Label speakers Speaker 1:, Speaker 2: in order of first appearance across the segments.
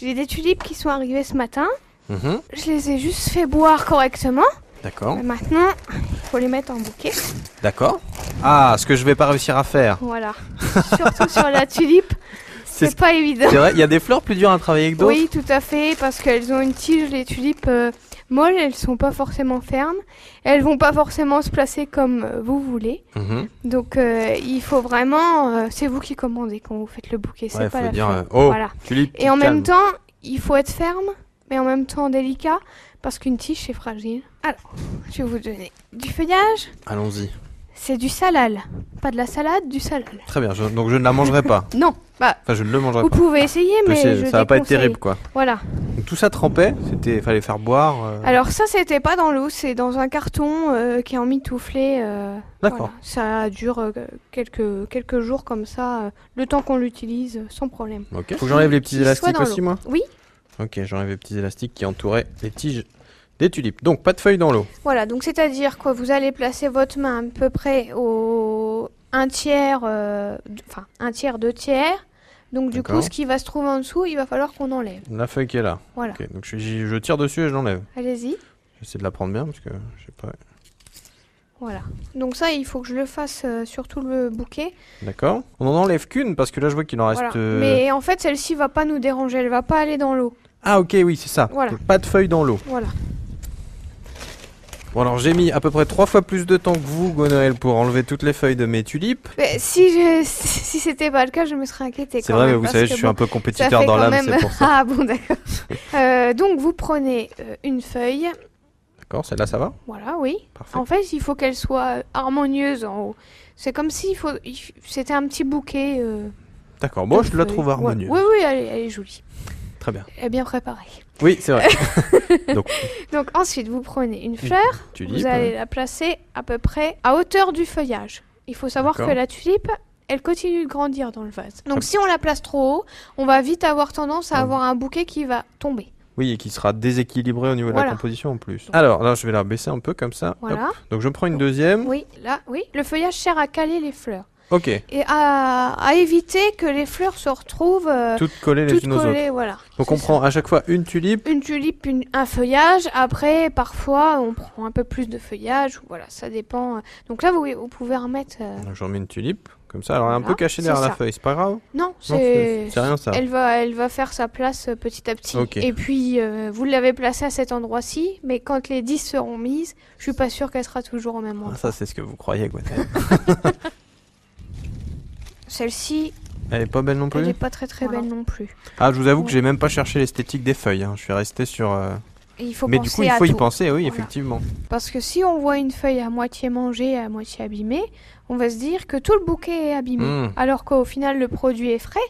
Speaker 1: J'ai des tulipes qui sont arrivées ce matin. Je les ai juste fait boire correctement.
Speaker 2: Mhm, D'accord,
Speaker 1: Et maintenant, il faut les mettre en bouquet.
Speaker 2: d'accord. Ah, ce que je vais pas réussir à faire.
Speaker 1: Voilà. Surtout sur la tulipe,
Speaker 2: C'est
Speaker 1: c'est pas évident.
Speaker 2: C'est vrai, il y a des fleurs plus dures à travailler que d'autres
Speaker 1: Oui, tout à fait, parce qu'elles ont une tige, les tulipes euh, molles, elles sont pas forcément fermes. Elles vont pas forcément se placer comme euh, vous voulez.
Speaker 2: Mhm.
Speaker 1: Donc euh, il faut vraiment, euh, c'est vous qui commandez quand vous faites le bouquet, c'est
Speaker 2: Ouais,
Speaker 1: pas
Speaker 2: faut
Speaker 1: la
Speaker 2: dire.
Speaker 1: fleur.
Speaker 2: euh, Oh,
Speaker 1: Voilà.
Speaker 2: tulipe,
Speaker 1: Et en
Speaker 2: calme.
Speaker 1: même temps, il faut être ferme, mais en même temps délicat, parce qu'une tige c'est fragile. Alors, je vais vous donner du feuillage.
Speaker 2: Allons-y.
Speaker 1: C'est du salal, pas de la salade, du salal.
Speaker 2: Très bien, je- donc je ne la mangerai pas.
Speaker 1: Non, bah
Speaker 2: Enfin, je ne le mangerai
Speaker 1: vous
Speaker 2: pas.
Speaker 1: pouvez essayer,
Speaker 2: Je
Speaker 1: mais
Speaker 2: sais,
Speaker 1: je
Speaker 2: ça va pas être
Speaker 1: déconseille.
Speaker 2: terrible quoi.
Speaker 1: Voilà.
Speaker 2: Donc, tout ça trempait, c'était fallait faire boire. euh,
Speaker 1: Alors ça, c'était pas dans l'eau, c'est dans un carton euh, qui est en mitouflé. euh,
Speaker 2: D'accord.
Speaker 1: voilà. Ça dure euh, quelques, quelques jours comme ça, euh, le temps qu'on l'utilise, euh, sans problème.
Speaker 2: Ok. Faut que j'enlève les petits
Speaker 1: Qu'il soit
Speaker 2: élastiques
Speaker 1: dans l'eau.
Speaker 2: aussi moi.
Speaker 1: Oui.
Speaker 2: Ok, j'enlève les petits élastiques qui entouraient les tiges des tulipes. Donc pas de feuilles dans l'eau.
Speaker 1: Voilà, donc c'est-à-dire que vous allez placer votre main à peu près au un tiers, euh, d- enfin un tiers, deux tiers. Donc du coup,
Speaker 2: D'accord.
Speaker 1: ce qui va se trouver en dessous, il va falloir qu'on enlève.
Speaker 2: La feuille qui est là.
Speaker 1: Voilà,
Speaker 2: Ok, donc je, j'y- je tire dessus et je l'enlève.
Speaker 1: allez-y.
Speaker 2: J'essaie de la prendre bien parce que je sais pas.
Speaker 1: Voilà. Donc ça, il faut que je le fasse euh, sur tout le bouquet.
Speaker 2: D'accord. On en enlève qu'une parce que là je vois qu'il en reste.
Speaker 1: Voilà.
Speaker 2: euh,
Speaker 1: Mais en fait, celle-ci va pas nous déranger, elle va pas aller dans l'eau.
Speaker 2: Ah ok, oui, c'est ça.
Speaker 1: Voilà.
Speaker 2: Donc, Pas de feuilles dans l'eau.
Speaker 1: Voilà.
Speaker 2: Bon alors j'ai mis à peu près trois fois plus de temps que vous, Gonoël, pour enlever toutes les feuilles de mes tulipes.
Speaker 1: Mais si je, si c'était pas le cas, je me serais inquiétée.
Speaker 2: C'est
Speaker 1: quand
Speaker 2: vrai,
Speaker 1: même,
Speaker 2: mais vous
Speaker 1: parce
Speaker 2: savez,
Speaker 1: que
Speaker 2: je suis
Speaker 1: bon,
Speaker 2: un peu
Speaker 1: ça
Speaker 2: compétiteur
Speaker 1: fait
Speaker 2: dans
Speaker 1: quand
Speaker 2: l'âme,
Speaker 1: même-
Speaker 2: c'est pour ça.
Speaker 1: ah bon, d'accord. Euh, donc vous prenez euh, une feuille.
Speaker 2: D'accord, celle-là ça va
Speaker 1: Voilà, oui.
Speaker 2: Parfait.
Speaker 1: En fait, il faut qu'elle soit harmonieuse en haut. C'est comme s'il faut, il f- c'était un petit bouquet. euh,
Speaker 2: D'accord, bon,
Speaker 1: de
Speaker 2: je la
Speaker 1: feuilles.
Speaker 2: trouve
Speaker 1: Ouais.
Speaker 2: harmonieuse.
Speaker 1: Oui, oui, elle est, elle est jolie.
Speaker 2: Très bien.
Speaker 1: Elle est bien préparée.
Speaker 2: Oui, c'est vrai.
Speaker 1: Donc ensuite, vous prenez une fleur.
Speaker 2: Tulipe.
Speaker 1: Vous allez la placer à peu près à hauteur du feuillage. Il faut savoir que
Speaker 2: D'accord.
Speaker 1: la tulipe, elle continue de grandir dans le vase.
Speaker 2: Ah.
Speaker 1: Donc si on la place trop haut, on va vite avoir tendance à
Speaker 2: Ouais.
Speaker 1: avoir un bouquet qui va tomber.
Speaker 2: Oui, et qui sera déséquilibré au niveau de
Speaker 1: Voilà.
Speaker 2: la composition en plus. Alors là, je vais la baisser un peu comme ça.
Speaker 1: Voilà.
Speaker 2: Hop. Donc je prends une deuxième.
Speaker 1: Oui, là, oui. Le feuillage sert à caler les fleurs
Speaker 2: Ok,
Speaker 1: et à, à éviter que les fleurs se retrouvent euh,
Speaker 2: toutes collées les
Speaker 1: toutes
Speaker 2: unes aux autres.
Speaker 1: collées. Voilà.
Speaker 2: Donc on
Speaker 1: C'est ça.
Speaker 2: prend à chaque fois une tulipe.
Speaker 1: une tulipe, une- un feuillage. Après, parfois, on prend un peu plus de feuillage. Voilà, ça dépend. euh. Donc là, vous, vous pouvez remettre. euh,
Speaker 2: Donc j'en mets une tulipe, comme ça. Alors elle est un peu
Speaker 1: Voilà,
Speaker 2: cachée
Speaker 1: c'est
Speaker 2: derrière la
Speaker 1: ça.
Speaker 2: feuille, c'est pas grave.
Speaker 1: Non,
Speaker 2: Non,
Speaker 1: c'est.
Speaker 2: c'est rien ça.
Speaker 1: Elle va, elle va faire sa place euh, petit à petit.
Speaker 2: Ok.
Speaker 1: Et puis, euh, vous l'avez placée à cet endroit-ci, mais quand les 10 seront mises, je suis pas sûre qu'elle sera toujours au même endroit.
Speaker 2: Ah, ça, c'est ce que vous croyez, Gwendal.
Speaker 1: Celle-ci,
Speaker 2: Elle est pas belle non
Speaker 1: elle n'est
Speaker 2: plus
Speaker 1: pas très très
Speaker 3: Voilà.
Speaker 1: belle non plus.
Speaker 2: Ah, je vous avoue que
Speaker 1: Ouais.
Speaker 2: j'ai même pas cherché l'esthétique des feuilles. hein. Je suis resté sur. euh,
Speaker 1: Et il faut
Speaker 2: Mais
Speaker 1: penser
Speaker 2: du coup, il
Speaker 1: à
Speaker 2: faut y
Speaker 1: tout.
Speaker 2: penser, oui,
Speaker 1: Voilà.
Speaker 2: effectivement.
Speaker 1: Parce que si on voit une feuille à moitié mangée, à moitié abîmée, on va se dire que tout le bouquet est abîmé.
Speaker 2: Mm.
Speaker 1: Alors qu'au final, le produit est frais,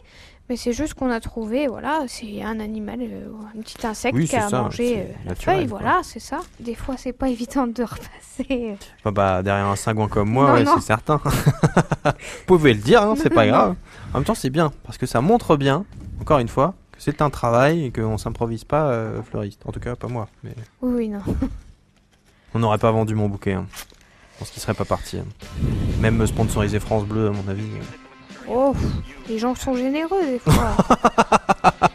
Speaker 1: mais c'est juste qu'on a trouvé, voilà, c'est un animal, euh, un petit insecte
Speaker 2: Oui,
Speaker 1: qui
Speaker 2: c'est
Speaker 1: a
Speaker 2: ça, c'est
Speaker 1: mangé euh, la
Speaker 2: naturel,
Speaker 1: feuille,
Speaker 2: quoi.
Speaker 1: voilà, c'est ça. Des fois, c'est pas évident de repasser.
Speaker 2: Bah, bah, derrière un cingouin comme moi,
Speaker 1: Non,
Speaker 2: ouais,
Speaker 1: non.
Speaker 2: c'est certain. Vous pouvez le dire, hein, c'est pas grave. En même temps, c'est bien, parce que ça montre bien, encore une fois, que c'est un travail et qu'on s'improvise pas euh, fleuriste. En tout cas, pas moi. Mais
Speaker 1: Oui, oui, non.
Speaker 2: on n'aurait pas vendu mon bouquet. hein. Je pense qu'il serait pas parti. hein. Même me sponsoriser France Bleu, à mon avis. euh.
Speaker 1: Oh, les gens sont généreux des fois.